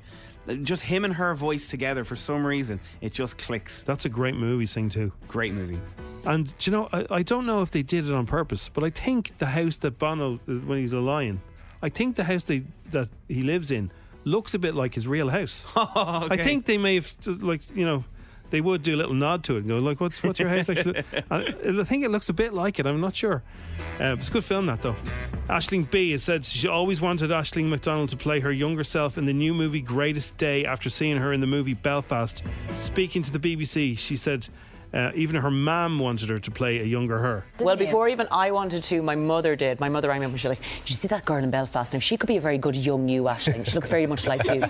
Speaker 3: Just him and her voice together for some reason, it just clicks.
Speaker 2: That's a great movie. Sing too.
Speaker 3: Great movie.
Speaker 2: And do you know, I, I don't know if they did it on purpose, but I think the house that Bono, uh, when he's a lion, I think the house they, that he lives in looks a bit like his real house. I
Speaker 3: Okay.
Speaker 2: think they may have, just, like you know, they would do a little nod to it and go, "Like, what's what's your house actually?" look-" I, I think it looks a bit like it. I'm not sure. Uh, it's a good film that though. Ashling B has said she always wanted Ashling MacDonald to play her younger self in the new movie Greatest Day after seeing her in the movie Belfast. Speaking to the BBC, she said. Uh, even her mum wanted her to play a younger her.
Speaker 13: Well, before
Speaker 7: even I wanted to, my mother did. My mother, I remember, she was like, Did you see that girl in Belfast? Now, she could be a very good young you, Ashling. She looks very much like you.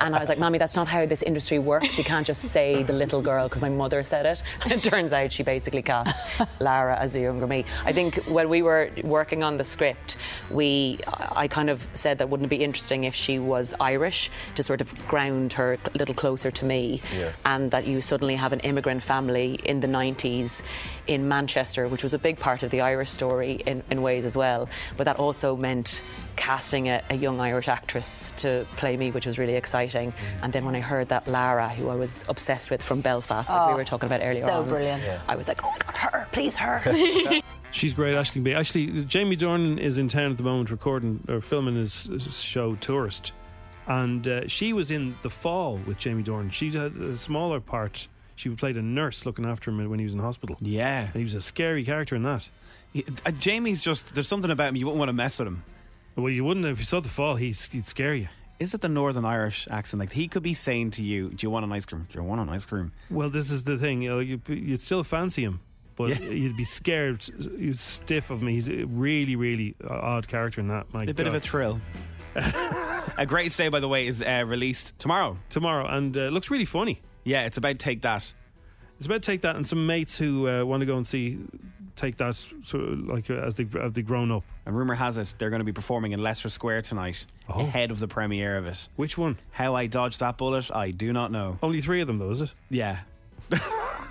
Speaker 7: And I was like, Mommy, that's not how this industry works. You can't just say the little girl because my mother said it. And it turns out she basically cast Lara as the younger me. I think when we were working on the script, we, I kind of said that wouldn't it be interesting if she was Irish to sort of ground her a little closer to me and that you suddenly have an immigrant family in the 90s in Manchester, which was a big part of the Irish story in, in ways as well. But that also meant casting a, a young Irish actress to play me, which was really exciting. And then when I heard that Lara, who I was obsessed with from Belfast, like we
Speaker 11: Oh,
Speaker 7: were talking about earlier
Speaker 11: so
Speaker 7: on,
Speaker 11: brilliant. Yeah.
Speaker 7: I was like, oh my God, her, please her.
Speaker 2: She's great, Ashley B. Actually, Jamie Dornan is in town at the moment recording or filming his uh, show Tourist. And uh, she was in The Fall with Jamie Dornan. She had a smaller part. She played a nurse looking after him when he was in hospital.
Speaker 3: Yeah.
Speaker 2: And he was a scary character in that.
Speaker 3: Uh, Jamie's just, there's something about him, you wouldn't want to mess with him.
Speaker 2: Well, you wouldn't. If you saw The Fall, he'd, he'd scare you.
Speaker 3: Is it the Northern Irish accent? Like, he could be saying to you, Do you want an ice cream? Do you want an ice cream?
Speaker 2: Well, this is the thing. You know, you, you'd still fancy him, but you'd be scared. You'd stiff of me. He's a really, really uh, odd character in that. My
Speaker 3: A bit of a <laughs> thrill. a Great Stay, by the way, is uh, released tomorrow.
Speaker 2: Tomorrow, and uh, looks really funny.
Speaker 3: Yeah, it's about Take That.
Speaker 2: It's about Take That and some mates who uh, want to go and see Take That sort of like uh, as they as they grown up.
Speaker 3: And rumour has it they're going to be performing in Leicester Square tonight ahead of the premiere of it.
Speaker 2: Which one?
Speaker 3: How I dodged that bullet, I do not know.
Speaker 2: Only three of them, though, is it? <laughs>
Speaker 3: Yeah. <laughs>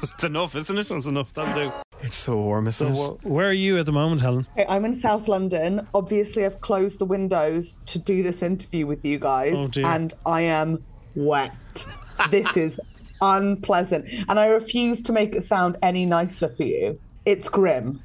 Speaker 3: it's enough, isn't it? That's
Speaker 2: enough. That'll do.
Speaker 3: It's so warm,
Speaker 2: So,
Speaker 3: isn't it?
Speaker 2: wh- where are you at the moment, Helen?
Speaker 8: Okay, I'm in South London. Obviously, I've closed the windows to do this interview with you guys,
Speaker 2: Oh, dear.
Speaker 8: and I am wet. <laughs> this is unpleasant, and I refuse to make it sound any nicer for you. It's grim.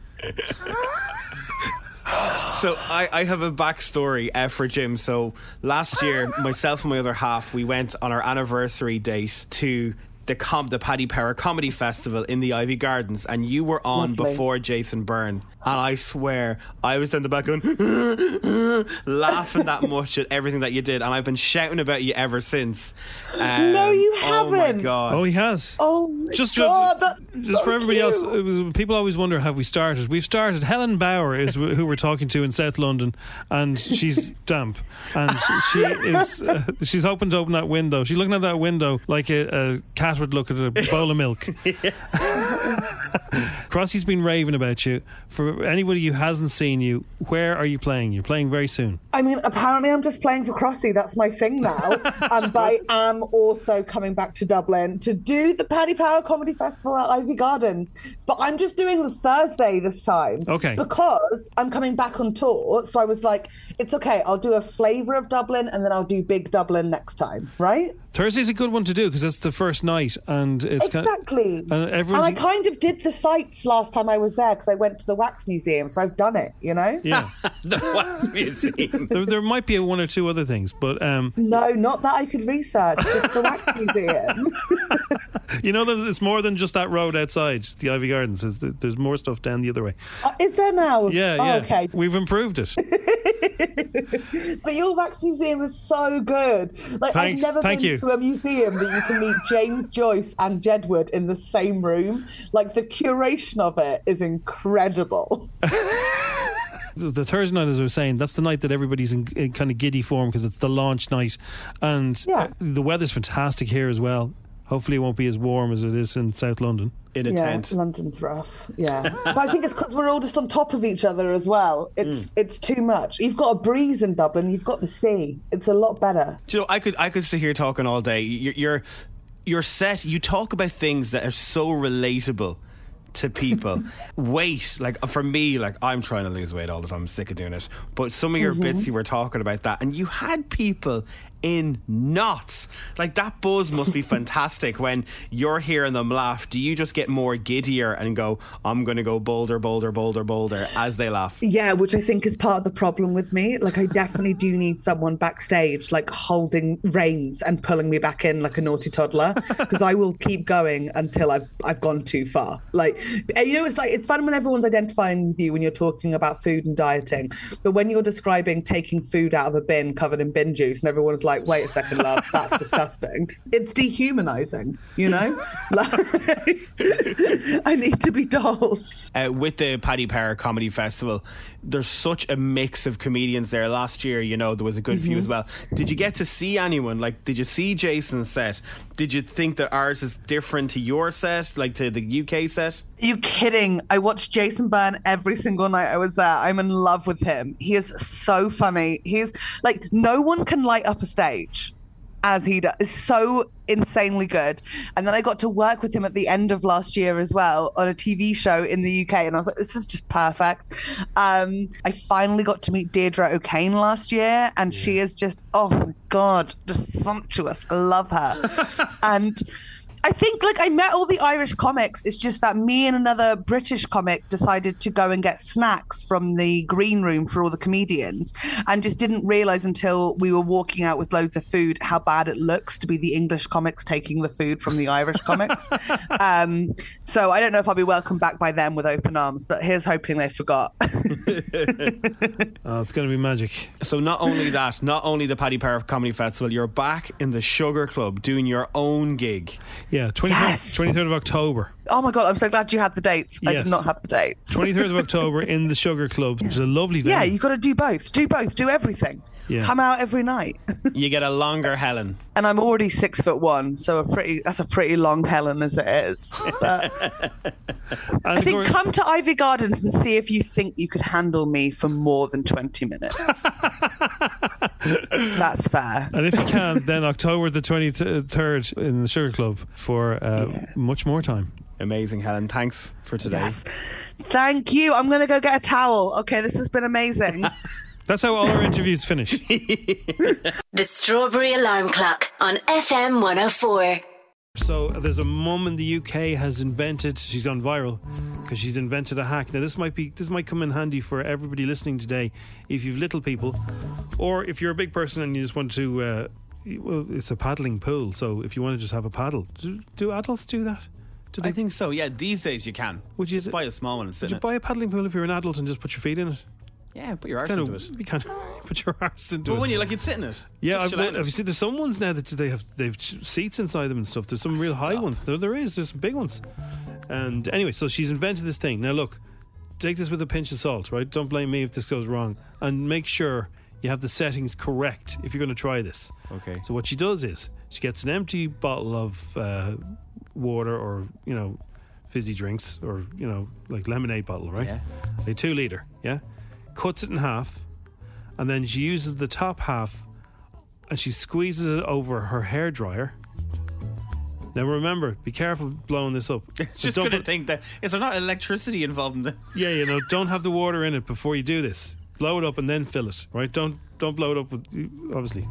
Speaker 3: So I, I have a backstory uh, for Jim. So last year,
Speaker 8: <laughs>
Speaker 3: myself and my other half, we went on our anniversary date to the com- the Paddy Power Comedy Festival in the Ivy Gardens, and you were on
Speaker 14: Lovely.
Speaker 3: before Jason Byrne. And I swear, I was in the back going <laughs> laughing that much at everything that you did, and I've been shouting about you ever since.
Speaker 8: No, you
Speaker 3: Oh my
Speaker 8: haven't.
Speaker 3: god!
Speaker 2: <laughs> Oh, he has.
Speaker 8: Oh my
Speaker 2: Just to-
Speaker 8: god, that's
Speaker 2: Just
Speaker 8: so
Speaker 2: for everybody else,
Speaker 8: cute.
Speaker 2: it was, people always wonder have we started? We've started. Helen Bauer is wh- who we're talking to in South London, and she's damp, and she is uh, she's hoping to open that window. She's looking at that window like a, a cat would look at a bowl of milk. Crossy's been raving about you. For anybody who hasn't seen you, where are you playing? You're playing very soon.
Speaker 8: I mean, apparently I'm just playing for Crossy. That's my thing
Speaker 2: <laughs>
Speaker 8: now. um, but I am also coming back to Dublin to do the Paddy Power Comedy Festival at Ivy Gardens. But I'm just doing the Thursday this time.
Speaker 15: Okay.
Speaker 8: Because I'm coming back on tour. So I was like, it's okay. I'll do a flavour of Dublin and then I'll do Big Dublin next time. Right?
Speaker 2: Thursday's a good one to do because that's the first night, and it's ki-
Speaker 8: Exactly.
Speaker 2: and
Speaker 8: And
Speaker 2: everyone's
Speaker 8: I kind of did the sights last time I was there because I went to the Wax Museum. So I've done it, you know?
Speaker 2: yeah. there, there might be one or two other things, but um,
Speaker 8: No, not that I could research. Just the
Speaker 2: <laughs>
Speaker 8: Wax Museum.
Speaker 2: You know, there's- it's more than just that road outside the Ivy Gardens. There's- There's more stuff down the other way.
Speaker 8: Uh, is there now?
Speaker 2: Yeah,
Speaker 8: Oh,
Speaker 2: yeah.
Speaker 8: Okay.
Speaker 2: We've
Speaker 8: <laughs>
Speaker 2: improved it.
Speaker 8: But your wax museum is so good. Like
Speaker 2: Thanks.
Speaker 8: I've never
Speaker 2: Thank
Speaker 8: been
Speaker 2: you.
Speaker 8: to a museum that you can meet James Joyce and Jedward in the same room. Like the curation of it is incredible.
Speaker 2: The the Thursday night, as I was saying, that's the night that everybody's in, in kind of giddy form because it's the launch night, and uh, the weather's fantastic here as well. Hopefully, it won't be as warm as it is in South London.
Speaker 3: In
Speaker 8: yeah, London's rough. Yeah, but I think it's because we're all just on top of each other as well. It's
Speaker 3: Mm.
Speaker 8: it's too much. You've got a breeze in Dublin. You've got the sea. It's a lot better.
Speaker 3: Do you know, I could I could sit here talking all day. You're, you're you're set. You talk about things that are so relatable to people. weight, like uh, for me, like I'm trying to lose weight all the time. I'm sick of doing it. But some of your
Speaker 14: Mhm.
Speaker 3: bits you were talking about that, and you had people in knots. Like that buzz must be fantastic when you're hearing them laugh. Do you just get more giddier and go, I'm going to go bolder, bolder, bolder, bolder as they laugh?
Speaker 8: Yeah, which I think is part of the problem with me. Like, I definitely do need someone backstage, like holding reins and pulling me back in like a naughty toddler, because I will keep going until I've I've gone too far. Like, and you know, it's like it's fun when everyone's identifying with you when you're talking about food and dieting, but when you're describing taking food out of a bin covered in bin juice, and everyone's like, "Wait a second, love, that's disgusting." It's dehumanizing, you know. <laughs> Like, I need to be told.
Speaker 3: uh, with the Paddy Power Comedy Festival, there's such a mix of comedians there. Last year, you know, there was a good few as
Speaker 2: Mm-hmm.
Speaker 3: well. Did you get to see anyone? Like, did you see Jason's set? Did you think that ours is different to your set, like to the UK set?
Speaker 8: Are you kidding? I watched Jason Byrne every single night I was there. I'm in love with him. He is so funny. He's like, no one can light up a stage. as he does. It's so insanely good. And then I got to work with him at the end of last year as well on a TV show in the UK. And I was like, this is just perfect. Um, I finally got to meet Deirdre O'Kane last year. And she is just, oh my God, just sumptuous. I love her. and. I think like I met all the Irish comics. It's just that me and another British comic decided to go and get snacks from the green room for all the comedians and just didn't realize until we were walking out with loads of food how bad it looks to be the English comics taking the food from the Irish comics.
Speaker 2: <laughs>
Speaker 8: um, so I don't know if I'll be welcomed back by them with open arms, but here's hoping they forgot. <laughs>
Speaker 2: Oh, it's going to be magic.
Speaker 3: So
Speaker 2: <laughs>
Speaker 3: not only that, not only the Paddy Power Comedy Festival, you're back in the Sugar Club doing your own gig.
Speaker 2: Yeah, 23rd,
Speaker 8: Yes.
Speaker 2: 23rd of October.
Speaker 8: oh my god, I'm so glad you had the dates. I
Speaker 2: Yes.
Speaker 8: did not have the dates. <laughs>
Speaker 2: 23rd of October in the Sugar Club. It's a lovely venue.
Speaker 8: Yeah, you got to do both. Do both. Do everything.
Speaker 2: Yeah.
Speaker 8: Come out every night. <laughs>
Speaker 3: You get a longer Helen.
Speaker 8: and I'm already six foot one, so a pretty that's a pretty long Helen as it is. But I think come to Ivy Gardens and see if you think you could handle me for more than twenty minutes. that's fair.
Speaker 2: And if you can, then October the 23rd in the Sugar Club for uh, much more time.
Speaker 3: Amazing, Helen. Thanks for today.
Speaker 8: Thank you. I'm gonna go get a towel. Okay, this has been amazing.
Speaker 2: That's how all our interviews finish.
Speaker 4: <laughs> The Strawberry Alarm Clock on FM 104.
Speaker 2: So there's a mum in the UK has invented. She's gone viral because she's invented a hack. Now this might be this might come in handy for everybody listening today. If you've little people, or if you're a big person and you just want to, uh, well, it's a paddling pool. So if you want to just have a paddle, do, do adults do that? Do
Speaker 3: I think so. Yeah, these days you can.
Speaker 2: Would you
Speaker 3: just buy a small one and sit
Speaker 2: Would
Speaker 3: in
Speaker 2: you
Speaker 3: it?
Speaker 2: buy a paddling pool if you're an adult and just put your feet in it?
Speaker 3: yeah, put your arse
Speaker 2: Kinda-
Speaker 3: into
Speaker 2: <laughs>
Speaker 3: it.
Speaker 2: You can't put your arse into
Speaker 3: But
Speaker 2: it.
Speaker 3: when you like, you'd sit in it.
Speaker 2: Yeah,
Speaker 3: Just
Speaker 2: I've,
Speaker 3: chill out in
Speaker 2: have
Speaker 3: it.
Speaker 2: you seen? There's some ones now that they have they've ch- seats inside them and stuff. There's some real high ones. No, there is. There's some big ones. And anyway, so she's invented this thing. Now look, take this with a pinch of salt, right? Don't blame me if this goes wrong, and make sure you have the settings correct if you're going to try this.
Speaker 3: Okay.
Speaker 2: So what she does is she gets an empty bottle of uh, water or you know fizzy drinks or you know like lemonade bottle, right? Yeah. A two liter, yeah. Cuts it in half, and then she uses the top half and she squeezes it over her hair dryer. Now remember, be careful blowing this up.
Speaker 3: <laughs> It's just going to think that is there not electricity involved in this?
Speaker 2: Yeah, you know, don't have the water in it before you do this. Blow it up and then fill it, right? Don't don't blow it up with obviously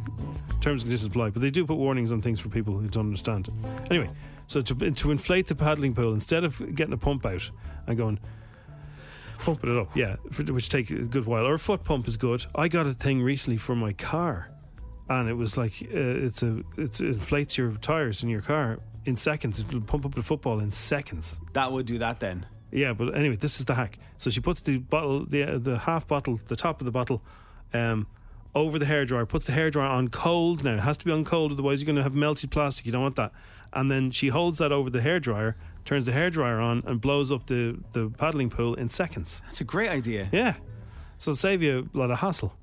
Speaker 2: terms and conditions apply, but they do put warnings on things for people who don't understand. Anyway, so to to inflate the paddling pool instead of getting a pump out and going pumping it up, yeah, for, which take a good while. Or a foot pump is good. I got a thing recently for my car, and it was like uh, it's a it's, it inflates your tires in your car in seconds. It'll pump up the football in seconds.
Speaker 3: <laughs> That would do that then.
Speaker 2: Yeah, but anyway, this is the hack. So she puts the bottle, the uh, the half bottle, the top of the bottle, um, over the hairdryer. Puts the hairdryer on cold. Now it has to be on cold, otherwise you're going to have melted plastic. You don't want that. And then she holds that over the hairdryer, turns the hairdryer on, and blows up the the paddling pool in seconds.
Speaker 3: That's a great idea.
Speaker 2: Yeah, so it'll save you a lot of hassle.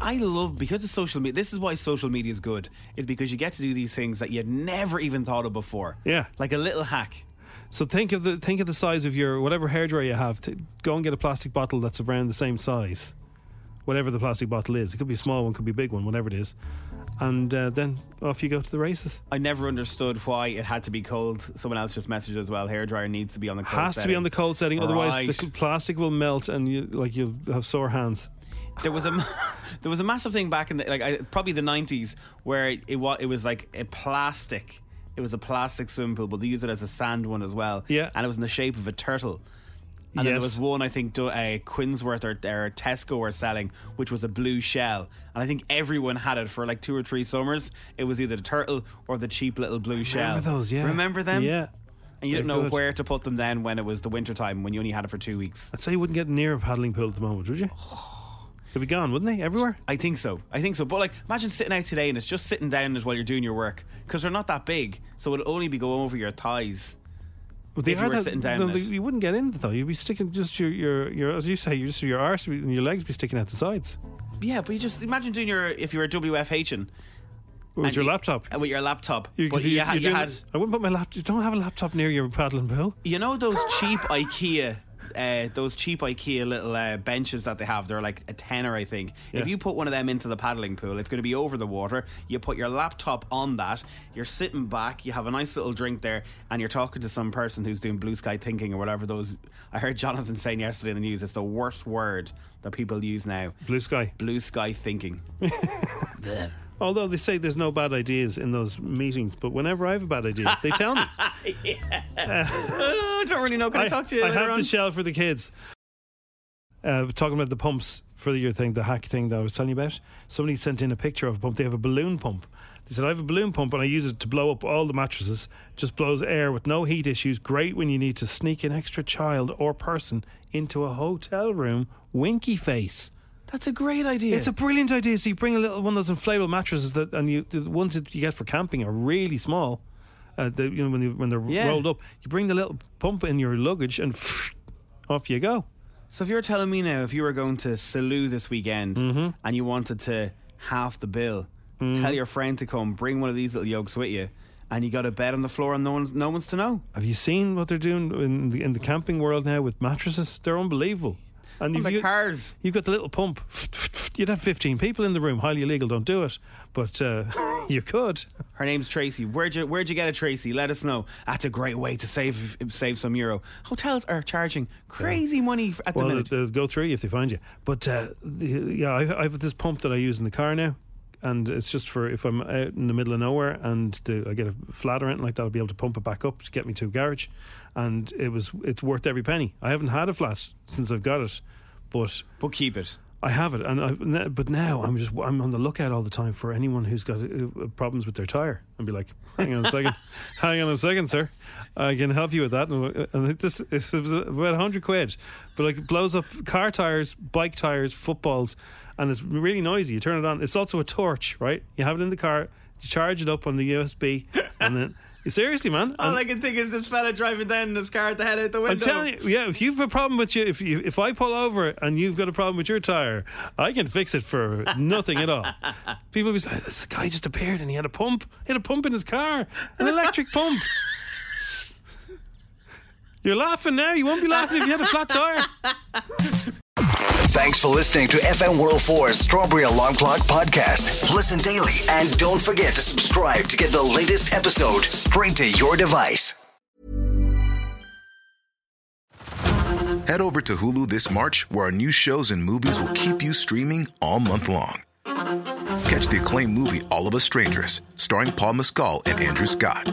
Speaker 3: I love because of social media. This is why social media is good. Is because you get to do these things that you'd never even thought of before.
Speaker 2: Yeah,
Speaker 3: like a little hack.
Speaker 2: So think of the think of the size of your whatever hairdryer you have. T- go and get a plastic bottle that's around the same size, whatever the plastic bottle is. It could be a small one, could be a big one, whatever it is. And uh, then off you go to the races.
Speaker 3: I never understood why it had to be cold. Someone else just messaged as well. Hairdryer needs to be on the cold.
Speaker 2: Has to be on the cold setting, otherwise
Speaker 3: Right.
Speaker 2: the cl- plastic will melt and you like you'll have sore hands.
Speaker 3: there was a ma- <laughs> there was a massive thing back in the, like I, probably the nineties where it was it was like a plastic. It was a plastic swimming pool, but they used it as a sand one as well.
Speaker 2: Yeah.
Speaker 3: and it was in the shape of a turtle. And then there
Speaker 2: Yes.
Speaker 3: was one I think do, uh, Quinsworth or, or Tesco were selling, which was a blue shell, and I think everyone had it for like two or three summers. It was either the turtle or the cheap little blue shell.
Speaker 2: those, yeah.
Speaker 3: Remember them?
Speaker 2: Yeah.
Speaker 3: And you
Speaker 2: They're
Speaker 3: didn't know
Speaker 2: good.
Speaker 3: where to put them then when it was the winter time when you only had it for two weeks.
Speaker 2: I'd say you wouldn't get near a paddling pool at the moment, would
Speaker 3: <sighs>
Speaker 2: you? They'd be gone, wouldn't they? Everywhere.
Speaker 3: I think so. I think so. But like, imagine sitting out today and it's just sitting down as while you're doing your work because they're not that big, so it'll only be going over your thighs.
Speaker 2: But they
Speaker 3: if
Speaker 2: are
Speaker 3: you were
Speaker 2: that-
Speaker 3: sitting down,
Speaker 2: no,
Speaker 3: in
Speaker 2: they-
Speaker 3: it.
Speaker 2: you wouldn't get in it, though. You'd be sticking just your your, your as you say, your your arse and your legs be sticking out the sides
Speaker 3: yeah. But you just imagine doing your if you were WFHing
Speaker 2: with
Speaker 3: And
Speaker 2: your
Speaker 3: you-
Speaker 2: laptop.
Speaker 3: uh, with your laptop.
Speaker 2: You,
Speaker 3: but
Speaker 2: 'cause you-
Speaker 3: you, ha-
Speaker 2: you
Speaker 3: you
Speaker 2: do-
Speaker 3: had
Speaker 2: I wouldn't put my laptop. You don't have a laptop near your paddling pool.
Speaker 3: you know those cheap IKEA uh, those cheap IKEA little uh, benches that they have. They're like a tenner, I think.
Speaker 2: Yeah.
Speaker 3: If you put one of them into the paddling pool, it's going to be over the water. You put your laptop on that. You're sitting back. You have a nice little drink there, and you're talking to some person who's doing blue sky thinking or whatever. Those I heard Jonathan saying yesterday in the news. It's the worst word that people use now.
Speaker 2: Blue sky.
Speaker 3: Blue
Speaker 2: <laughs>
Speaker 3: sky thinking.
Speaker 2: Although they say there's no bad ideas in those meetings, but whenever I have a bad idea, they tell
Speaker 3: <laughs>
Speaker 2: me.
Speaker 3: Oh, I don't really know. Can I, talk to you
Speaker 2: I
Speaker 3: later
Speaker 2: have
Speaker 3: on?
Speaker 2: the shell for the kids. Uh, talking about the pumps for your thing, the hack thing that I was telling you about. Somebody sent in a picture of a pump. They have a balloon pump. They said, I have a balloon pump and I use it to blow up all the mattresses. Just blows air with no heat issues. Great when you need to sneak an extra child or person into a hotel room. Winky face.
Speaker 3: That's a great idea.
Speaker 2: It's a brilliant idea. So you bring a little one of those inflatable mattresses that, and you the ones that you get for camping are really small. Uh, the, you know when they, when they're
Speaker 3: Yeah.
Speaker 2: rolled up, you bring the little pump in your luggage and <sniffs> off you go.
Speaker 3: So if you're telling me now, if you were going to Salou this weekend and you wanted to half the bill, tell your friend to come, bring one of these little yokes with you, and you got a bed on the floor and no one's no one's to know.
Speaker 2: Have you seen what they're doing in the, in the camping world now with mattresses? They're unbelievable. And
Speaker 3: On the cars,
Speaker 2: you've got the little pump. <sniffs> You'd have fifteen people in the room. Highly illegal. Don't do it. But uh, <laughs> you could.
Speaker 3: Her name's Tracy. Where'd you Where'd you get it, Tracy? Let us know. That's a great way to save save some euro. Hotels are charging crazy money f- at
Speaker 2: well,
Speaker 3: the minute.
Speaker 2: they'll, they'll go through you if they find you. But uh, the- yeah, I, I have this pump that I use in the car now, and it's just for if I'm out in the middle of nowhere and the, I get a flat or anything like that, I'll be able to pump it back up to get me to a garage. And it was it's worth every penny. I haven't had a flat since I've got it, but
Speaker 3: but keep it.
Speaker 2: I have it, and I, n- but now I'm just I'm on the lookout all the time for anyone who's got uh, problems with their tire, and be like, hang on a second, hang on a second, sir, I can help you with that. And, uh, and this it was about hundred quid, but like it blows up car tires, bike tires, footballs, and it's really noisy. You turn it on. It's also a torch, right? You have it in the car, you charge it up on the USB, and then seriously, man,
Speaker 3: All
Speaker 2: and-
Speaker 3: I can think is this fella driving down this car with the head out the window.
Speaker 2: I'm telling you, yeah. If you've a problem with you, if you, if I pull over and you've got a problem with your tire, I can fix it for nothing at
Speaker 3: <laughs>
Speaker 2: all. People be saying this guy just appeared and he had a pump, he had a pump in his car, an electric
Speaker 3: <laughs>
Speaker 2: pump. You're laughing now. You won't be laughing if you had a flat
Speaker 3: <laughs>
Speaker 2: tire.
Speaker 1: Thanks for listening to FM 104's Strawberry Alarm Clock podcast. Listen daily and don't forget to subscribe to get the latest episode straight to your device.
Speaker 11: Head over to Hulu this March, where our new shows and movies will keep you streaming all month long. Catch the acclaimed movie All of Us Strangers, starring Paul Mescal and Andrew Scott.